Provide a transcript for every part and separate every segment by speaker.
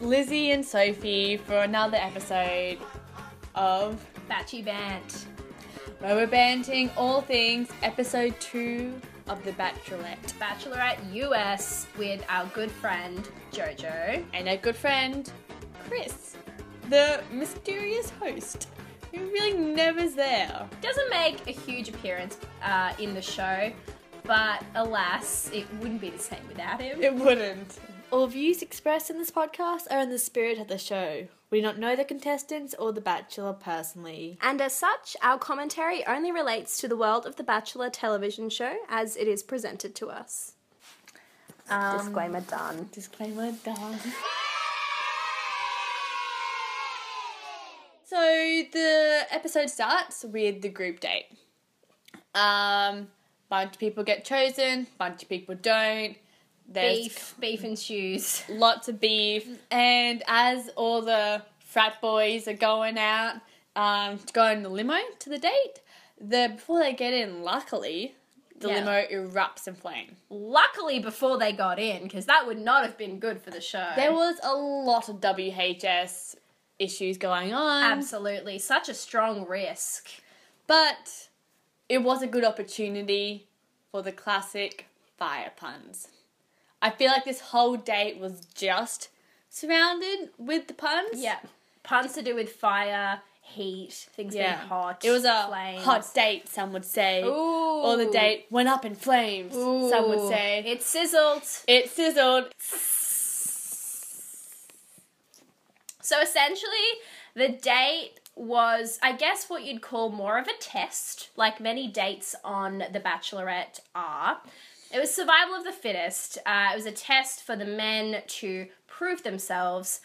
Speaker 1: Lizzie and Sophie for another episode of
Speaker 2: Batchy Bant.
Speaker 1: where we're banting all things episode two of The Bachelorette
Speaker 2: Bachelorette US with our good friend Jojo.
Speaker 1: and a good friend, Chris, the mysterious host who really never's there.
Speaker 2: Doesn't make a huge appearance uh, in the show, but alas, it wouldn't be the same without him.
Speaker 1: It wouldn't.
Speaker 3: All views expressed in this podcast are in the spirit of the show. We do not know the contestants or The Bachelor personally.
Speaker 4: And as such, our commentary only relates to the world of The Bachelor television show as it is presented to us.
Speaker 2: Um,
Speaker 4: Disclaimer done.
Speaker 1: Disclaimer done. So the episode starts with the group date. Um, bunch of people get chosen, bunch of people don't. There's
Speaker 2: Beef, beef and shoes.
Speaker 1: lots of beef, and as all the frat boys are going out um, to go in the limo to the date, the before they get in, luckily, the
Speaker 2: Yeah.
Speaker 1: limo erupts in flame.
Speaker 2: Luckily, before they got in, because that would not have been good for the show.
Speaker 1: There
Speaker 4: um,
Speaker 1: was a lot of WHS issues going on.
Speaker 2: Absolutely, such a strong risk.
Speaker 1: But it was a good opportunity for the classic fire puns. I feel like this whole date was just surrounded with the puns.
Speaker 2: Yeah, puns to do with fire, heat, things
Speaker 1: Yeah.
Speaker 2: being hot.
Speaker 1: It was a
Speaker 2: flames.
Speaker 1: hot date, some would say. Or the
Speaker 2: Ooh.
Speaker 1: date went up in flames, some would say.
Speaker 2: It sizzled.
Speaker 1: it sizzled.
Speaker 2: So essentially, the date was, I guess, what you'd call more of a test, like many dates on The Bachelorette are. It was survival of the fittest. Uh, it was a test for the men to prove themselves,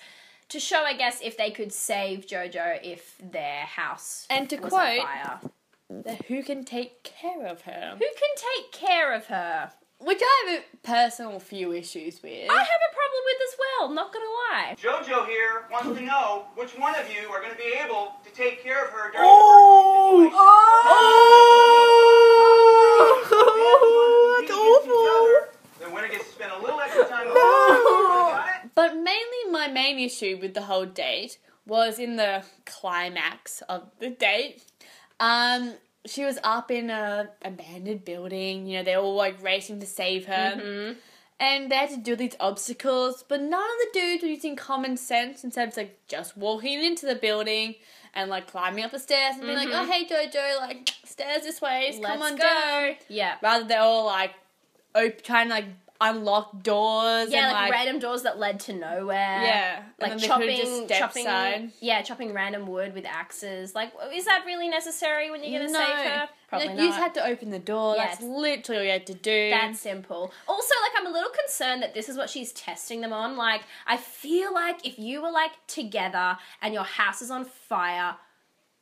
Speaker 2: to show, I guess, if they could save JoJo if their house
Speaker 1: And to
Speaker 2: was
Speaker 1: quote-
Speaker 2: on fire.
Speaker 1: The who can take care of her?
Speaker 2: Who can take care of her?
Speaker 1: Which I have a personal few issues with.
Speaker 2: I have a problem with as well, not gonna lie.
Speaker 5: Jojo here wants to know which one of you are going to be able to take care of her during
Speaker 4: Oh,
Speaker 3: Oh,
Speaker 5: the birthday situation. If you can each other, The winner gets to spend a little extra time with no. Got it?
Speaker 1: But mainly, my main issue with the whole date was in the climax of the date. Um, she was up in a abandoned building. You know, they're all like racing to save her,
Speaker 2: Mm-hmm.
Speaker 1: and they had to do these obstacles. But none of the dudes were using common sense instead of like just walking into the building and like climbing up the stairs and being like, "Oh hey Jojo, like stairs this way, come
Speaker 2: Mm-hmm. Let's
Speaker 1: on
Speaker 2: go.
Speaker 1: down."
Speaker 2: Yeah.
Speaker 1: Rather, they're all like op- trying to like unlock doors.
Speaker 2: Yeah,
Speaker 1: and,
Speaker 2: like, random doors that led to nowhere.
Speaker 1: Yeah,
Speaker 2: like
Speaker 1: and then they could've
Speaker 2: chopping,
Speaker 1: just stepped
Speaker 2: chopping,
Speaker 1: side.
Speaker 2: yeah, chopping random wood with axes. Like, is that really necessary when you're gonna save her? Probably
Speaker 1: like,
Speaker 2: not.
Speaker 1: You just had to open the door.
Speaker 2: Yes.
Speaker 1: That's literally all you had to do.
Speaker 2: that simple. Also, like, I'm a little concerned that this is what she's testing them on. Like, I feel like if you were like together and your house is on fire,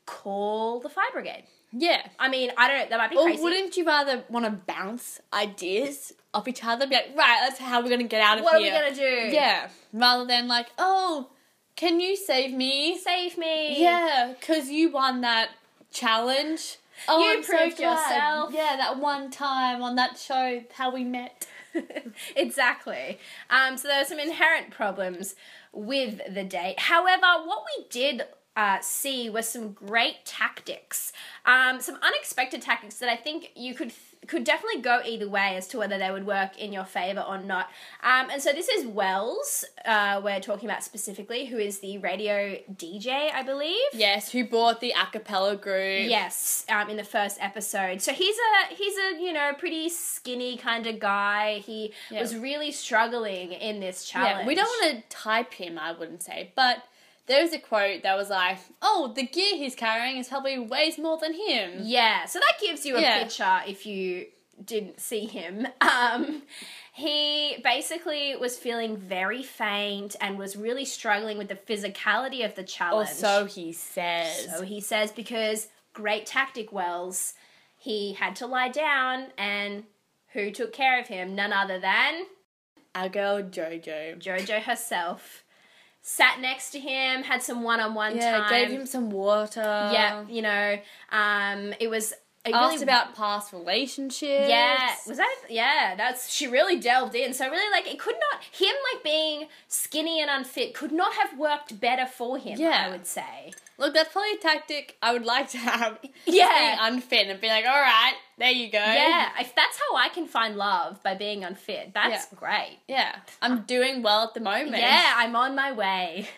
Speaker 2: call the fire brigade.
Speaker 1: yeah.
Speaker 2: I mean, I don't know. That might be
Speaker 1: Or
Speaker 2: crazy.
Speaker 1: wouldn't you rather want to bounce ideas off each other? Be like, right, that's how we're gonna get out of
Speaker 2: what are we
Speaker 1: here.
Speaker 2: gonna do?
Speaker 1: Yeah, rather than like, oh, can you save me?
Speaker 2: save me.
Speaker 1: Yeah, because you won that challenge. Oh,
Speaker 2: You
Speaker 1: I'm so
Speaker 2: proved
Speaker 1: glad.
Speaker 2: yourself.
Speaker 1: Yeah, that one time on that show, how we met.
Speaker 2: exactly. Um, so there were some inherent problems with the date. However, what we did uh, see was some great tactics, um, some unexpected tactics that I think you could could definitely go either way as to whether they would work in your favor or not. Um, and so this is Wells uh, we're talking about specifically, who is the radio DJ, I believe.
Speaker 1: Yes, who bought the a cappella group?
Speaker 2: Yes, um, in the first episode. So he's a he's a you know pretty skinny kind of guy. He
Speaker 1: Yeah.
Speaker 2: was really struggling in this challenge.
Speaker 1: Yeah, we don't want to type him, I wouldn't say, but there is a quote that was like, "Oh, the gear he's carrying is probably weighs more than him."
Speaker 2: Yeah, so that gives you a
Speaker 1: Yeah.
Speaker 2: picture if you didn't see him. Um, he basically was feeling very faint and was really struggling with the physicality of the
Speaker 1: Or
Speaker 2: challenge.
Speaker 1: Oh, so he says.
Speaker 2: So he says because great tactic Wells, he had to lie down and who took care of him? None other than
Speaker 1: Our girl Jojo.
Speaker 2: Jojo herself sat next to him, had some one on one
Speaker 1: Yeah,
Speaker 2: time.
Speaker 1: gave him some water.
Speaker 2: yeah, you know, um, it was it
Speaker 1: asked about past relationships.
Speaker 2: Yeah, was that? Yeah, that's she really delved in. So really, like it could not him like being skinny and unfit could not have worked better for him.
Speaker 1: Yeah.
Speaker 2: I would say.
Speaker 1: Look, that's probably a tactic I would like to have.
Speaker 2: Yeah.
Speaker 1: Being unfit and be like, all right, there you go.
Speaker 2: Yeah, if that's how I can find love by being unfit, that's
Speaker 1: Yeah.
Speaker 2: great.
Speaker 1: Yeah. I'm doing well at the moment.
Speaker 2: Yeah, I'm on my way.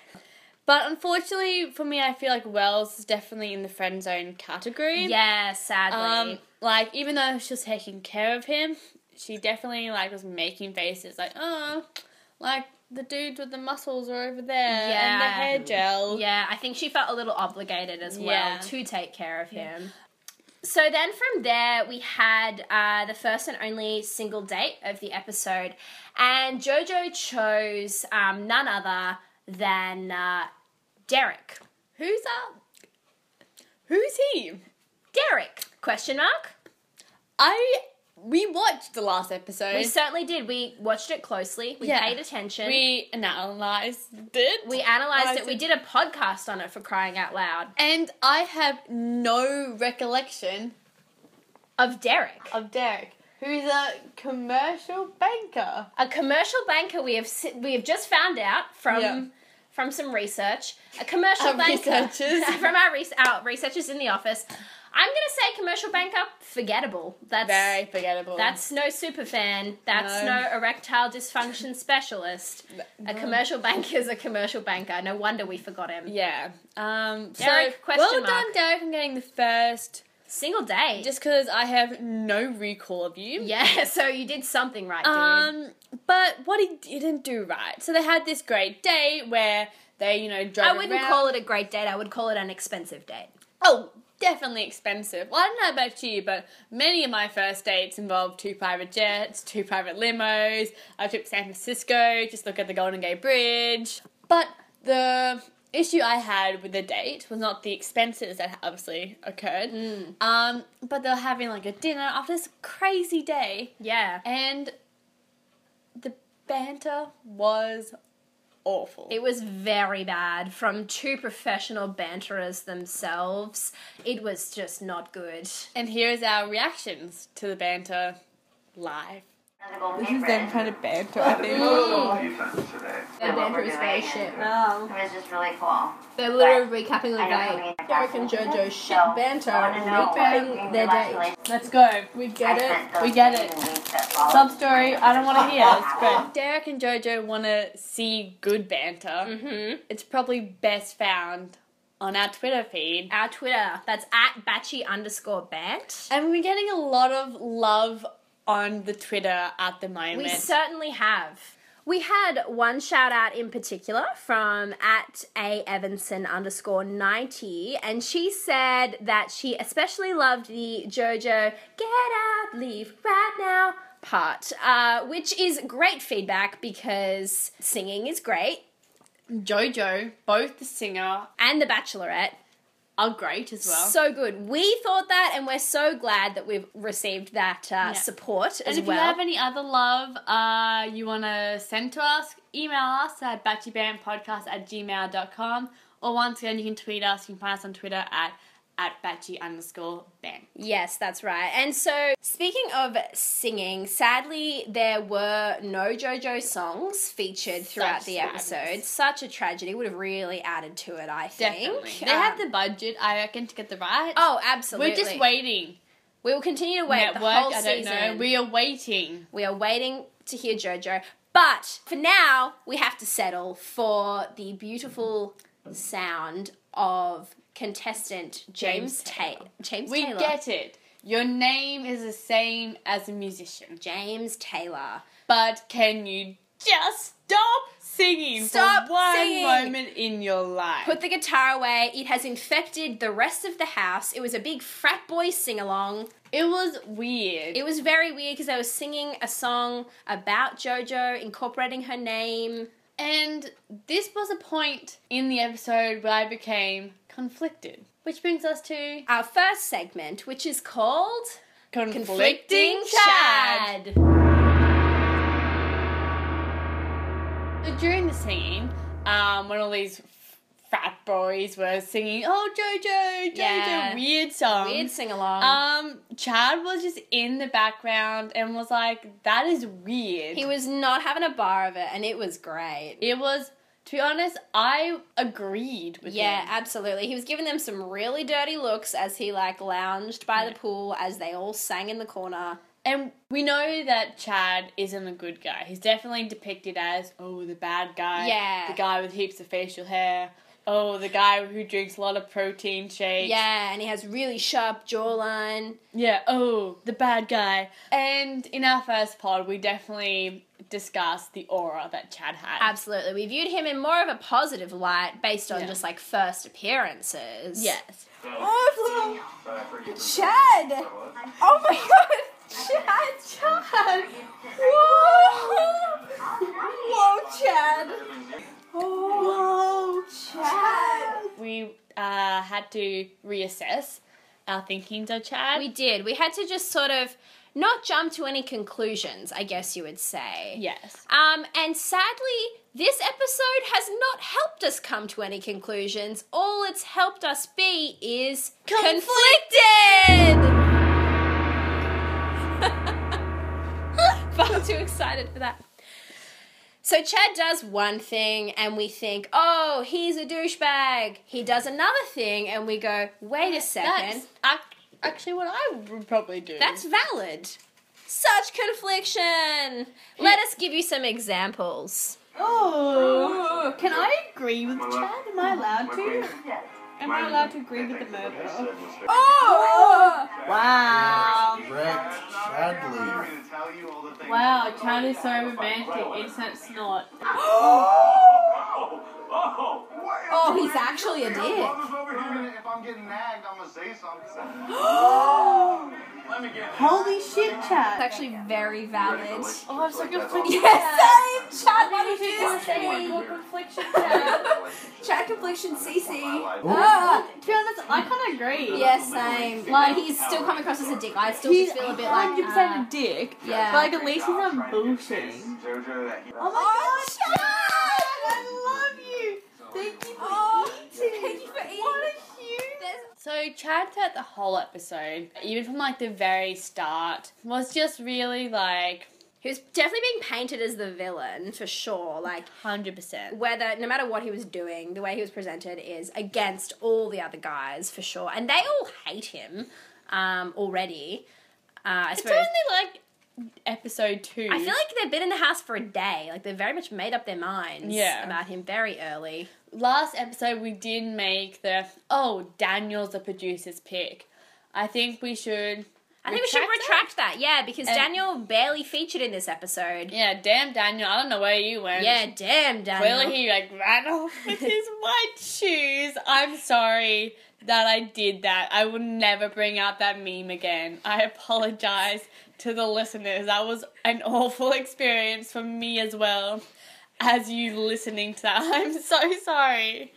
Speaker 1: But unfortunately for me, I feel like Wells is definitely in the friend zone category.
Speaker 2: Yeah, sadly.
Speaker 1: Um, like even though she was taking care of him, she definitely like was making faces like, oh, like the dudes with the muscles are over there and the
Speaker 2: Yeah.
Speaker 1: hair gel.
Speaker 2: Yeah, I think she felt a little obligated as well
Speaker 1: Yeah.
Speaker 2: to take care of him. So then from there, we had uh, the first and only single date of the episode, and JoJo chose um, none other than uh, Derek.
Speaker 1: Who's up? Who's he?
Speaker 2: Derek? Question mark.
Speaker 1: I we watched the last episode.
Speaker 2: We certainly did. We watched it closely. We
Speaker 1: Yeah.
Speaker 2: paid attention.
Speaker 1: We analyzed it.
Speaker 2: we analyzed it.
Speaker 1: analysed
Speaker 2: We did a podcast on it for crying out loud
Speaker 1: and I have no recollection
Speaker 2: of Derek.
Speaker 1: of Derek, who's a commercial banker.
Speaker 2: a commercial banker we have si- we have just found out from
Speaker 1: Yeah.
Speaker 2: from some research a commercial
Speaker 1: Our
Speaker 2: banker
Speaker 1: researchers.
Speaker 2: from our, res- our researchers in the office i'm going to say commercial banker forgettable that's
Speaker 1: Very forgettable.
Speaker 2: that's no super fan that's
Speaker 1: No.
Speaker 2: no, erectile dysfunction specialist a commercial banker is a commercial banker no wonder we forgot him
Speaker 1: yeah. Um,
Speaker 2: Derek,
Speaker 1: so
Speaker 2: question
Speaker 1: well done,
Speaker 2: mark.
Speaker 1: Derek, on getting the first.
Speaker 2: single day
Speaker 1: Just because I have no recall of you.
Speaker 2: yeah so you did something right dude
Speaker 1: Um, but what he didn't do right. So they had this great day where they, you know, drove
Speaker 2: i wouldn't
Speaker 1: around.
Speaker 2: call it a great date i would call it an expensive date
Speaker 1: Oh, definitely expensive. Well, I don't know about you, but many of my first dates involved two private jets, two private limos, a trip to San Francisco, just look at the Golden Gate Bridge. But the issue I had with the date was not the expenses that obviously occurred, um, but they were having like a dinner after this crazy day,
Speaker 2: yeah
Speaker 1: and the banter was awful.
Speaker 2: It was very bad from two professional banterers themselves. It was just not good.
Speaker 1: and here is our reactions to the banter live.
Speaker 6: This is them trying to
Speaker 3: banter, I think.
Speaker 6: Their banter is very shit.
Speaker 4: Oh.
Speaker 6: It was just really cool.
Speaker 4: They're literally recapping the
Speaker 6: I don't
Speaker 4: day.
Speaker 6: really like
Speaker 4: Derek and
Speaker 6: that.
Speaker 4: JoJo shit
Speaker 6: So,
Speaker 4: banter,
Speaker 6: I wanna know what
Speaker 4: recapping
Speaker 6: in
Speaker 4: their
Speaker 6: your last
Speaker 4: day.
Speaker 6: relationship
Speaker 1: Let's go.
Speaker 4: We get it.
Speaker 6: those
Speaker 1: We get
Speaker 6: days
Speaker 1: it.
Speaker 6: and weeks that followed.
Speaker 1: Sub story. I don't want to hear. It's great. Derek and JoJo want to see good banter.
Speaker 2: Mm-hmm.
Speaker 1: It's probably best found on our Twitter feed.
Speaker 2: Our Twitter, that's at batchy underscore bant.
Speaker 1: And we're getting a lot of love on the Twitter at the moment.
Speaker 2: We certainly have. We had one shout out in particular from at a Evanson underscore 90, and she said that she especially loved the JoJo get out, leave right now part, uh, which is great feedback because singing is great
Speaker 1: JoJo, both the singer,
Speaker 2: and The Bachelorette.
Speaker 1: are great as well.
Speaker 2: So good. We thought that, and we're so glad that we've received that uh, support
Speaker 1: and
Speaker 2: as
Speaker 1: if
Speaker 2: well.
Speaker 1: you have any other love uh, you want to send to us, email us at batchybandpodcast at gmail.com. Or once again, you can tweet us. You can find us on Twitter at, at batchy underscore band.
Speaker 2: Yes, that's right. And so, speaking of singing, sadly, there were no JoJo songs featured throughout
Speaker 1: Such
Speaker 2: the
Speaker 1: sadness.
Speaker 2: episode. Such a tragedy. Would have really added to it, I think.
Speaker 1: Definitely. They
Speaker 2: Um,
Speaker 1: have the budget, I reckon, to get the rights.
Speaker 2: Oh, absolutely.
Speaker 1: We're just waiting.
Speaker 2: We will continue to wait
Speaker 1: Network,
Speaker 2: the whole
Speaker 1: I don't
Speaker 2: season.
Speaker 1: know. We are waiting.
Speaker 2: We are waiting to hear JoJo. But for now, we have to settle for the beautiful sound of contestant James,
Speaker 1: James
Speaker 2: Taylor. James
Speaker 1: We
Speaker 2: Taylor.
Speaker 1: get it. Your name is the same as a musician.
Speaker 2: James Taylor.
Speaker 1: But can you just stop singing
Speaker 2: Stop
Speaker 1: for one
Speaker 2: singing.
Speaker 1: moment in your life?
Speaker 2: Put the guitar away. It has infected the rest of the house. It was a big frat boy sing along.
Speaker 1: it was weird.
Speaker 2: It was very weird because they were singing a song about JoJo, incorporating her name.
Speaker 1: and this was a point in the episode where I became conflicted. Which brings us to
Speaker 2: Our first segment, which is called
Speaker 1: Conflicting, Chad. So during the singing, um, when all these frat boys were singing, "Oh Jojo, Jojo,"
Speaker 2: Yeah.
Speaker 1: weird songs.
Speaker 2: Weird sing along.
Speaker 1: Um, Chad was just in the background and was like, "That is weird."
Speaker 2: he was not having a bar of it, and it was great.
Speaker 1: It was, to be honest, I agreed with
Speaker 2: Yeah,
Speaker 1: him.
Speaker 2: absolutely. He was giving them some really dirty looks as he like lounged by the pool as they all sang in the corner.
Speaker 1: And we know that Chad isn't a good guy. He's definitely depicted as, oh, the bad guy.
Speaker 2: Yeah.
Speaker 1: The guy with heaps of facial hair. Oh, the guy who drinks a lot of protein shakes.
Speaker 2: Yeah, and he has really sharp jawline.
Speaker 1: Yeah, oh, the bad guy. And in our first pod, we definitely discussed the aura that Chad had.
Speaker 2: Absolutely. We viewed him in more of a positive light based on
Speaker 1: Yeah.
Speaker 2: just like first appearances.
Speaker 1: Yes.
Speaker 4: Oh,
Speaker 5: But I forgive
Speaker 4: it's
Speaker 5: him.
Speaker 4: little Chad! Oh my god! Chad! Chad! Whoa! Whoa, Chad! Whoa, Chad!
Speaker 1: We uh, had to reassess our thinkings of Chad.
Speaker 2: We did. We had to just sort of not jump to any conclusions, I guess you would say.
Speaker 1: yes.
Speaker 2: Um, and sadly, this episode has not helped us come to any conclusions. All it's helped us be is conflicted. Far too excited for that. So Chad does one thing and we think, oh, he's a douchebag. He does another thing and we go, wait a second.
Speaker 1: That's ac- actually what I would probably do.
Speaker 2: That's valid. Such confliction. Let us give you some examples.
Speaker 3: Oh, can I agree with Chad? Am I allowed to?
Speaker 5: Am I allowed to agree with the murderer?
Speaker 4: Oh!
Speaker 3: Wow.
Speaker 7: Brett Chadley.
Speaker 3: Wow, Chad is so romantic. Instant snort.
Speaker 5: Oh, oh,
Speaker 4: Oh, he's actually a dick.
Speaker 5: If I'm getting nagged, I'm gonna say something. Let me get
Speaker 3: Holy shit,
Speaker 4: It's
Speaker 3: Chad.
Speaker 4: actually very valid.
Speaker 5: Oh, I'm so conflicted.
Speaker 4: Yes, same! Chad, why did you do this to me?
Speaker 3: confliction, Chad.
Speaker 4: Chat completion CC.
Speaker 7: Ooh.
Speaker 4: Ah,
Speaker 3: to be honest, I kind of agree.
Speaker 4: yeah, same. Like he's still coming across as a dick. I still
Speaker 3: He's
Speaker 4: just feel a bit like.
Speaker 3: 100%
Speaker 4: ah.
Speaker 3: a dick,
Speaker 4: Yeah.
Speaker 3: but like at least he's not bullshitting. Oh my
Speaker 4: Oh,
Speaker 3: god,
Speaker 4: Chad!
Speaker 3: I love you. Thank you for
Speaker 4: Oh,
Speaker 3: eating.
Speaker 4: thank you for eating.
Speaker 3: What a huge.
Speaker 4: There's-
Speaker 1: So Chad throughout the whole episode, even from like the very start, was just really like
Speaker 2: He was definitely being painted as the villain for sure. Like
Speaker 1: hundred percent.
Speaker 2: whether no matter what he was doing, the way he was presented is against all the other guys for sure, and they all hate him um, already. Uh, I
Speaker 1: It's
Speaker 2: suppose.
Speaker 1: only like episode two.
Speaker 2: I feel like they've been in the house for a day. Like they've very much made up their minds
Speaker 1: Yeah.
Speaker 2: about him very early.
Speaker 1: last episode we did make the oh Daniel's the producer's pick. I think we should.
Speaker 2: I think we should
Speaker 1: that?
Speaker 2: retract that, yeah, because
Speaker 1: And-
Speaker 2: Daniel barely featured in this episode.
Speaker 1: Yeah, damn Daniel! I don't know where you went.
Speaker 2: Yeah, damn, Daniel.
Speaker 1: Clearly he like ran off with his white shoes. I'm sorry that I did that. I will never bring out that meme again. I apologize to the listeners. That was an awful experience for me as well. As you listening to that, I'm so sorry.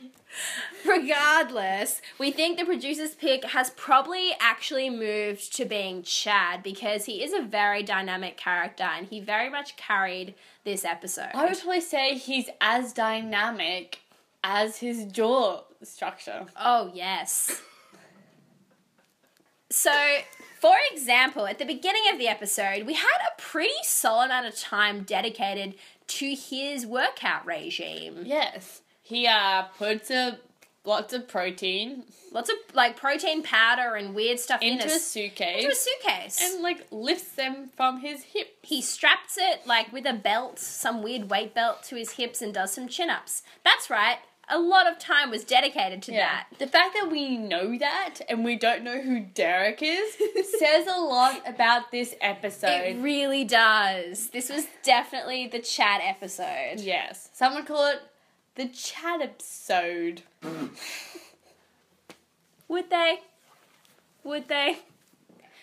Speaker 2: Regardless, we think the producer's pick has probably actually moved to being Chad because he is a very dynamic character and he very much carried this episode.
Speaker 1: I would probably say he's as dynamic as his jaw structure.
Speaker 2: Oh, yes. so, for example, at the beginning of the episode, we had a pretty solid amount of time dedicated to his workout regime.
Speaker 1: Yes. He uh puts a lots of protein
Speaker 2: Lots of like protein powder and weird stuff
Speaker 1: into
Speaker 2: in
Speaker 1: a
Speaker 2: his
Speaker 1: suitcase.
Speaker 2: into a suitcase.
Speaker 1: and like lifts them from his hip.
Speaker 2: he straps it like with a belt, some weird weight belt to his hips and does some chin ups. That's right. A lot of time was dedicated to that.
Speaker 1: The fact that we know that and we don't know who Derek is says a lot about this
Speaker 2: It
Speaker 1: episode.
Speaker 2: really does. This was definitely the chat episode.
Speaker 1: yes. Someone call it the chat episode.
Speaker 2: Would they? Would they?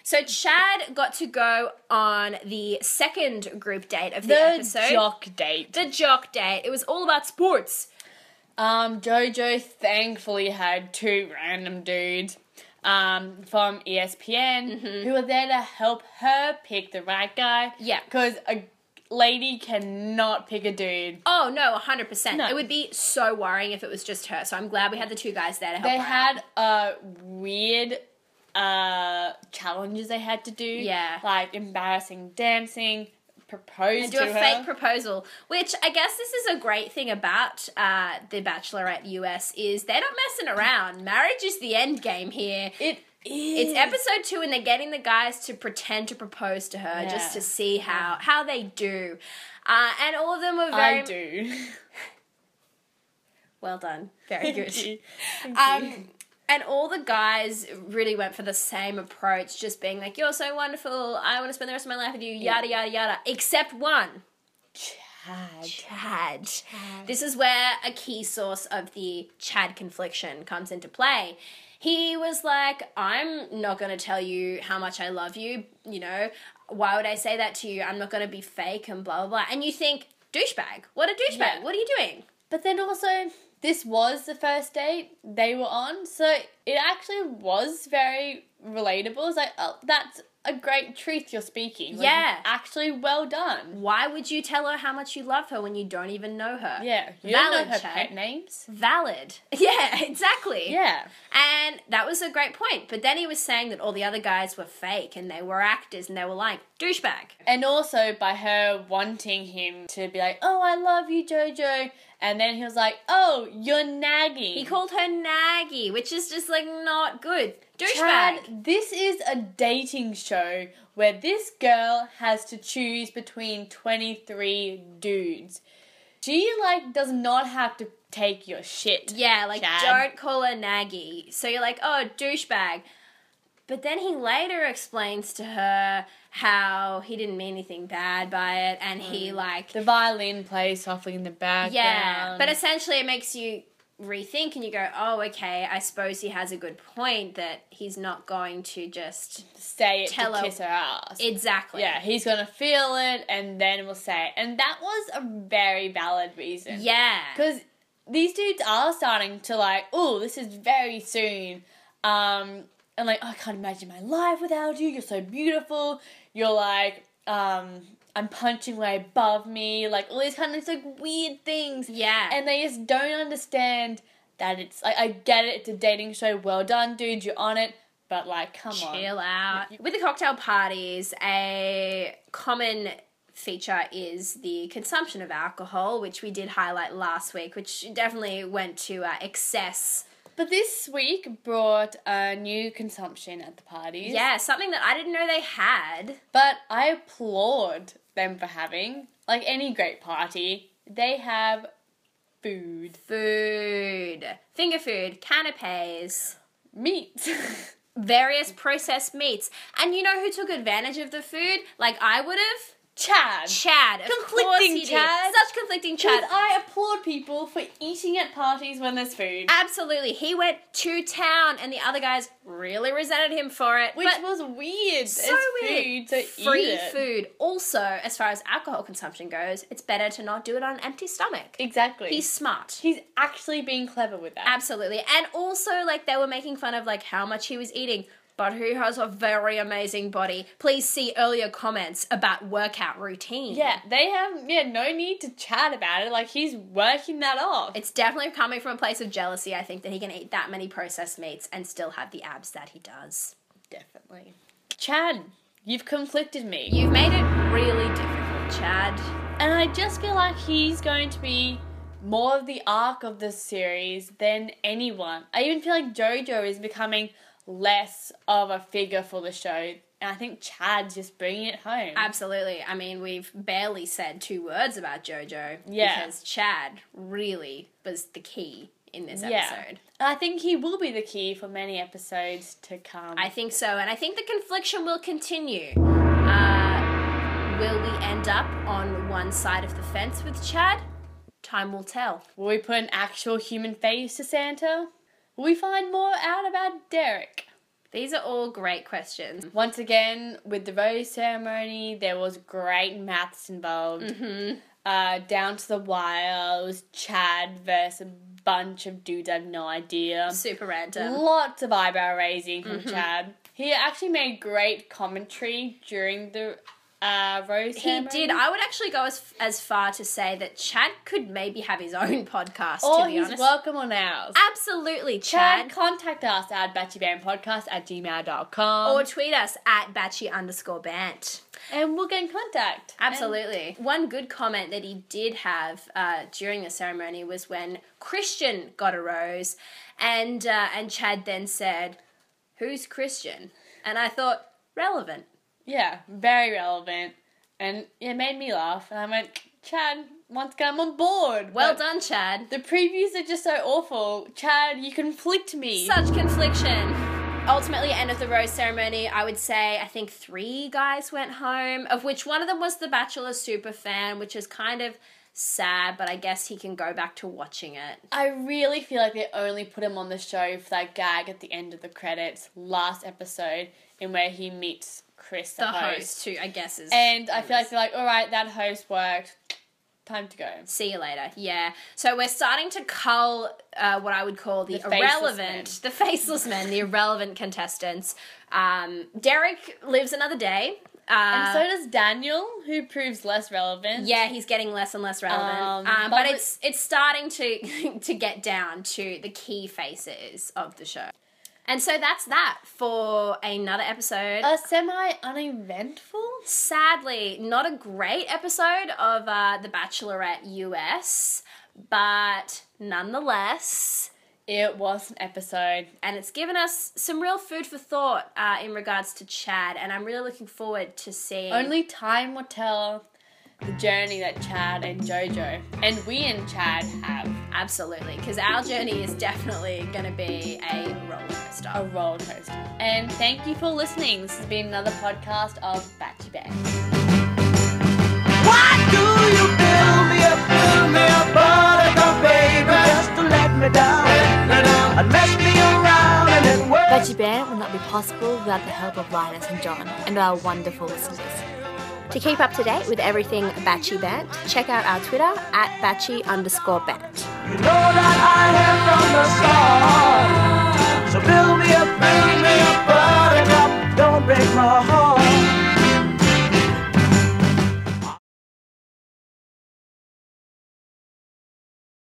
Speaker 2: So Chad got to go on the second group date of the,
Speaker 1: The
Speaker 2: episode.
Speaker 1: jock date.
Speaker 2: the jock date. It was all about sports.
Speaker 1: Um, Jojo thankfully had two random dudes um, from Mm-hmm. ESPN who were there to help her pick the right guy.
Speaker 2: Yeah.
Speaker 1: Because, uh, lady cannot pick a dude.
Speaker 2: Oh no, hundred percent.
Speaker 1: No.
Speaker 2: It would be so worrying if it was just her. So I'm glad we had the two guys there to help.
Speaker 1: They
Speaker 2: her
Speaker 1: had
Speaker 2: out.
Speaker 1: uh, weird uh, challenges they had to do.
Speaker 2: Yeah.
Speaker 1: Like embarrassing dancing, propose
Speaker 2: And do
Speaker 1: to
Speaker 2: a
Speaker 1: her.
Speaker 2: fake proposal, which I guess this is a great thing about uh, the Bachelorette US is they're not messing around. Marriage is the end game here.
Speaker 1: it is.
Speaker 2: It's episode two, and they're getting the guys to pretend to propose to her just
Speaker 1: Yeah.
Speaker 2: to see how how they do. Uh, and all of them were very
Speaker 1: I do.
Speaker 2: well done, very good.
Speaker 1: Thank you.
Speaker 2: Um, and all the guys really went for the same approach, just being like, "You're so wonderful. I want to spend the rest of my life with you." Yada yada yada. Except one,
Speaker 1: Chad.
Speaker 2: Chad. This is where a key source of the Chad confliction comes into play. He was like, I'm not going to tell you how much I love you, you know, why would I say that to you? I'm not going to be fake and blah, blah, blah. And you think, douchebag, what a douchebag,
Speaker 1: Yeah.
Speaker 2: what are you doing?
Speaker 1: But then also, this was the first date they were on, so it actually was very relatable. It's like, oh, that's a great truth you're speaking. Like,
Speaker 2: Yeah.
Speaker 1: Actually, well done.
Speaker 2: Why would you tell her how much you love her when you don't even know her?
Speaker 1: Yeah. You don't know
Speaker 2: Valid,
Speaker 1: her
Speaker 2: Chad.
Speaker 1: pet names.
Speaker 2: Valid. Yeah, exactly.
Speaker 1: Yeah.
Speaker 2: And that was a great point. But then he was saying that all the other guys were fake and they were actors and they were like, douchebag.
Speaker 1: And also by her wanting him to be like, oh, I love you, Jojo. And then he was like, oh, you're nagging.
Speaker 2: He called her Naggy, which is just like not good. Douchebag.
Speaker 1: Chad, this is a dating show where this girl has to choose between 23 dudes. She, like, does not have to take your shit.
Speaker 2: Yeah, like
Speaker 1: Chad.
Speaker 2: don't call her Naggy. So you're like, oh, douchebag. But then he later explains to her how he didn't mean anything bad by it and he
Speaker 1: Mm.
Speaker 2: like
Speaker 1: The violin plays softly in the background.
Speaker 2: Yeah, but essentially it makes you rethink and you go, oh, okay, I suppose he has a good point that he's not going to just.
Speaker 1: say it
Speaker 2: tell
Speaker 1: to
Speaker 2: her-
Speaker 1: kiss her ass.
Speaker 2: Exactly.
Speaker 1: yeah, he's gonna feel it and then we'll say it. And that was a very valid reason.
Speaker 2: Yeah.
Speaker 1: Because these dudes are starting to like, oh, this is very soon. Um, and like, I can't imagine my life without you. You're so beautiful. You're like, um, I'm punching way above me. Like all these kind of like weird things.
Speaker 2: Yeah.
Speaker 1: And they just don't understand that it's like I get it. It's a dating show. Well done, dude. You're on it. But like, come on.
Speaker 2: chill out. With the cocktail parties, a common feature is the consumption of alcohol, which we did highlight last week, which definitely went to uh, excess.
Speaker 1: But this week brought a new consumption at the parties.
Speaker 2: Yeah, something that I didn't know they had.
Speaker 1: But I applaud them for having, like any great party, they have food,
Speaker 2: Food, finger food, canapes.
Speaker 1: meat.
Speaker 2: various processed meats. And you know who took advantage of the food? Like I would have?
Speaker 1: Chad.
Speaker 2: Chad. Of course
Speaker 1: Conflicting
Speaker 2: he did.
Speaker 1: Chad.
Speaker 2: Such conflicting
Speaker 1: Because
Speaker 2: Chad.
Speaker 1: I applaud people for eating at parties when there's food.
Speaker 2: Absolutely. He went to town and the other guys really resented him for it.
Speaker 1: Which
Speaker 2: but
Speaker 1: was weird.
Speaker 2: so
Speaker 1: it's
Speaker 2: weird.
Speaker 1: food, so
Speaker 2: Free
Speaker 1: eat it.
Speaker 2: food. Also, as far as alcohol consumption goes, it's better to not do it on an empty stomach.
Speaker 1: Exactly.
Speaker 2: He's smart.
Speaker 1: He's actually being clever with that.
Speaker 2: Absolutely. And also like they were making fun of like how much he was eating. But who has a very amazing body? Please see earlier comments about workout routine.
Speaker 1: yeah, they have yeah no need to chat about it. Like he's working that off.
Speaker 2: It's definitely coming from a place of jealousy, I think, that he can eat that many processed meats and still have the abs that he does.
Speaker 1: Definitely. Chad, you've conflicted me.
Speaker 2: You've made it really difficult, Chad.
Speaker 1: And I just feel like he's going to be more of the arc of this series than anyone. I even feel like JoJo is becoming less of a figure for the show. And I think Chad's just bringing it home.
Speaker 2: Absolutely. I mean, we've barely said two words about JoJo.
Speaker 1: Yeah.
Speaker 2: Because Chad really was the key in this
Speaker 1: Yeah.
Speaker 2: episode.
Speaker 1: And I think he will be the key for many episodes to come.
Speaker 2: I think so, and I think the confliction will continue. Uh, will we end up on one side of the fence with Chad? Time will tell.
Speaker 1: will we put an actual human face to Santa? Will we find more out about Derek?
Speaker 2: These are all great questions.
Speaker 1: Once again, with the rose ceremony, there was great maths involved.
Speaker 2: Mm-hmm.
Speaker 1: Uh, down to the wire, it was Chad versus a bunch of dudes. I have no idea.
Speaker 2: Super random.
Speaker 1: Lots of
Speaker 2: Mm-hmm.
Speaker 1: eyebrow raising from Chad. He actually made great commentary during the uh, Rose.
Speaker 2: He did. I would actually go as as far to say that Chad could maybe have his own podcast.
Speaker 1: or
Speaker 2: to be
Speaker 1: he's
Speaker 2: honest,
Speaker 1: welcome on ours.
Speaker 2: absolutely,
Speaker 1: Chad,
Speaker 2: Chad.
Speaker 1: contact us at batchybandpodcast at gmail.com
Speaker 2: Or tweet us at batchy underscore bant.
Speaker 1: and we'll get in contact.
Speaker 2: Absolutely. One good comment that he did have uh, during the ceremony was when Christian got a rose, and uh, and Chad then said, "Who's Christian?" And I thought relevant.
Speaker 1: Yeah, very relevant. And it made me laugh. And I went, Chad, once again, I'm on board.
Speaker 2: Well
Speaker 1: But
Speaker 2: done, Chad.
Speaker 1: The previews are just so awful. Chad, you conflict me.
Speaker 2: Such confliction. Ultimately, end of the rose ceremony, I would say I think three guys went home, of which one of them was the Bachelor super fan, which is kind of sad, but I guess he can go back to watching it.
Speaker 1: I really feel like they only put him on the show for that gag at the end of the credits, last episode, in where he meets Chris, the,
Speaker 2: The
Speaker 1: host.
Speaker 2: host, too, I guess, is.
Speaker 1: And I feel like they're like, all right, that host worked. Time to go.
Speaker 2: See you later. Yeah. So we're starting to cull uh, what I would call the,
Speaker 1: The faceless men.
Speaker 2: irrelevant, the faceless men, the irrelevant contestants. Um, Derek lives another day. Uh,
Speaker 1: and so does Daniel, who proves less relevant.
Speaker 2: Yeah, he's getting less and less relevant.
Speaker 1: Um, but
Speaker 2: Um, but,
Speaker 1: we-
Speaker 2: it's it's starting to to get down to the key faces of the show. And so that's that for another episode.
Speaker 1: A semi uneventful?
Speaker 2: Sadly, not a great episode of uh, The Bachelorette US, but nonetheless,
Speaker 1: It was an episode.
Speaker 2: and it's given us some real food for thought uh, in regards to Chad, and I'm really looking forward to seeing.
Speaker 1: Only time will tell the journey that Chad and JoJo and we and Chad have
Speaker 2: Absolutely, because our journey is definitely going to be a roller coaster.
Speaker 1: a roller coaster. And thank you for listening. This has been another podcast of Batchy Bear.
Speaker 3: Veggie Band would not be possible without the help of Linus and John and our wonderful listeners.
Speaker 4: To keep up to date with everything Batchy Bant, check out our Twitter at Batchy underscore Bant.
Speaker 8: You know that